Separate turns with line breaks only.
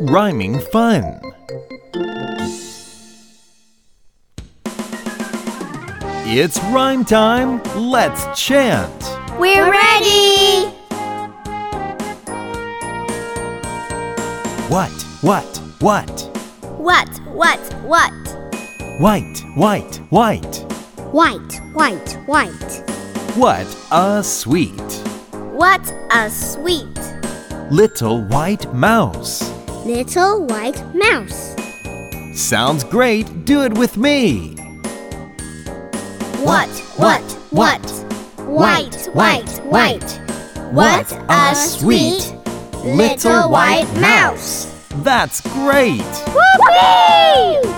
Rhyming fun. It's rhyme time. Let's chant.
We're ready!
What, what, what?
What, what, what?
White, white, white.
White, white, white.
What a sweet
What a sweet
little white mouse.
little white mouse.
Sounds great. Do it with me.
What, what, what? White, white, white. What a sweet little white mouse.
That's great.
Whoopee!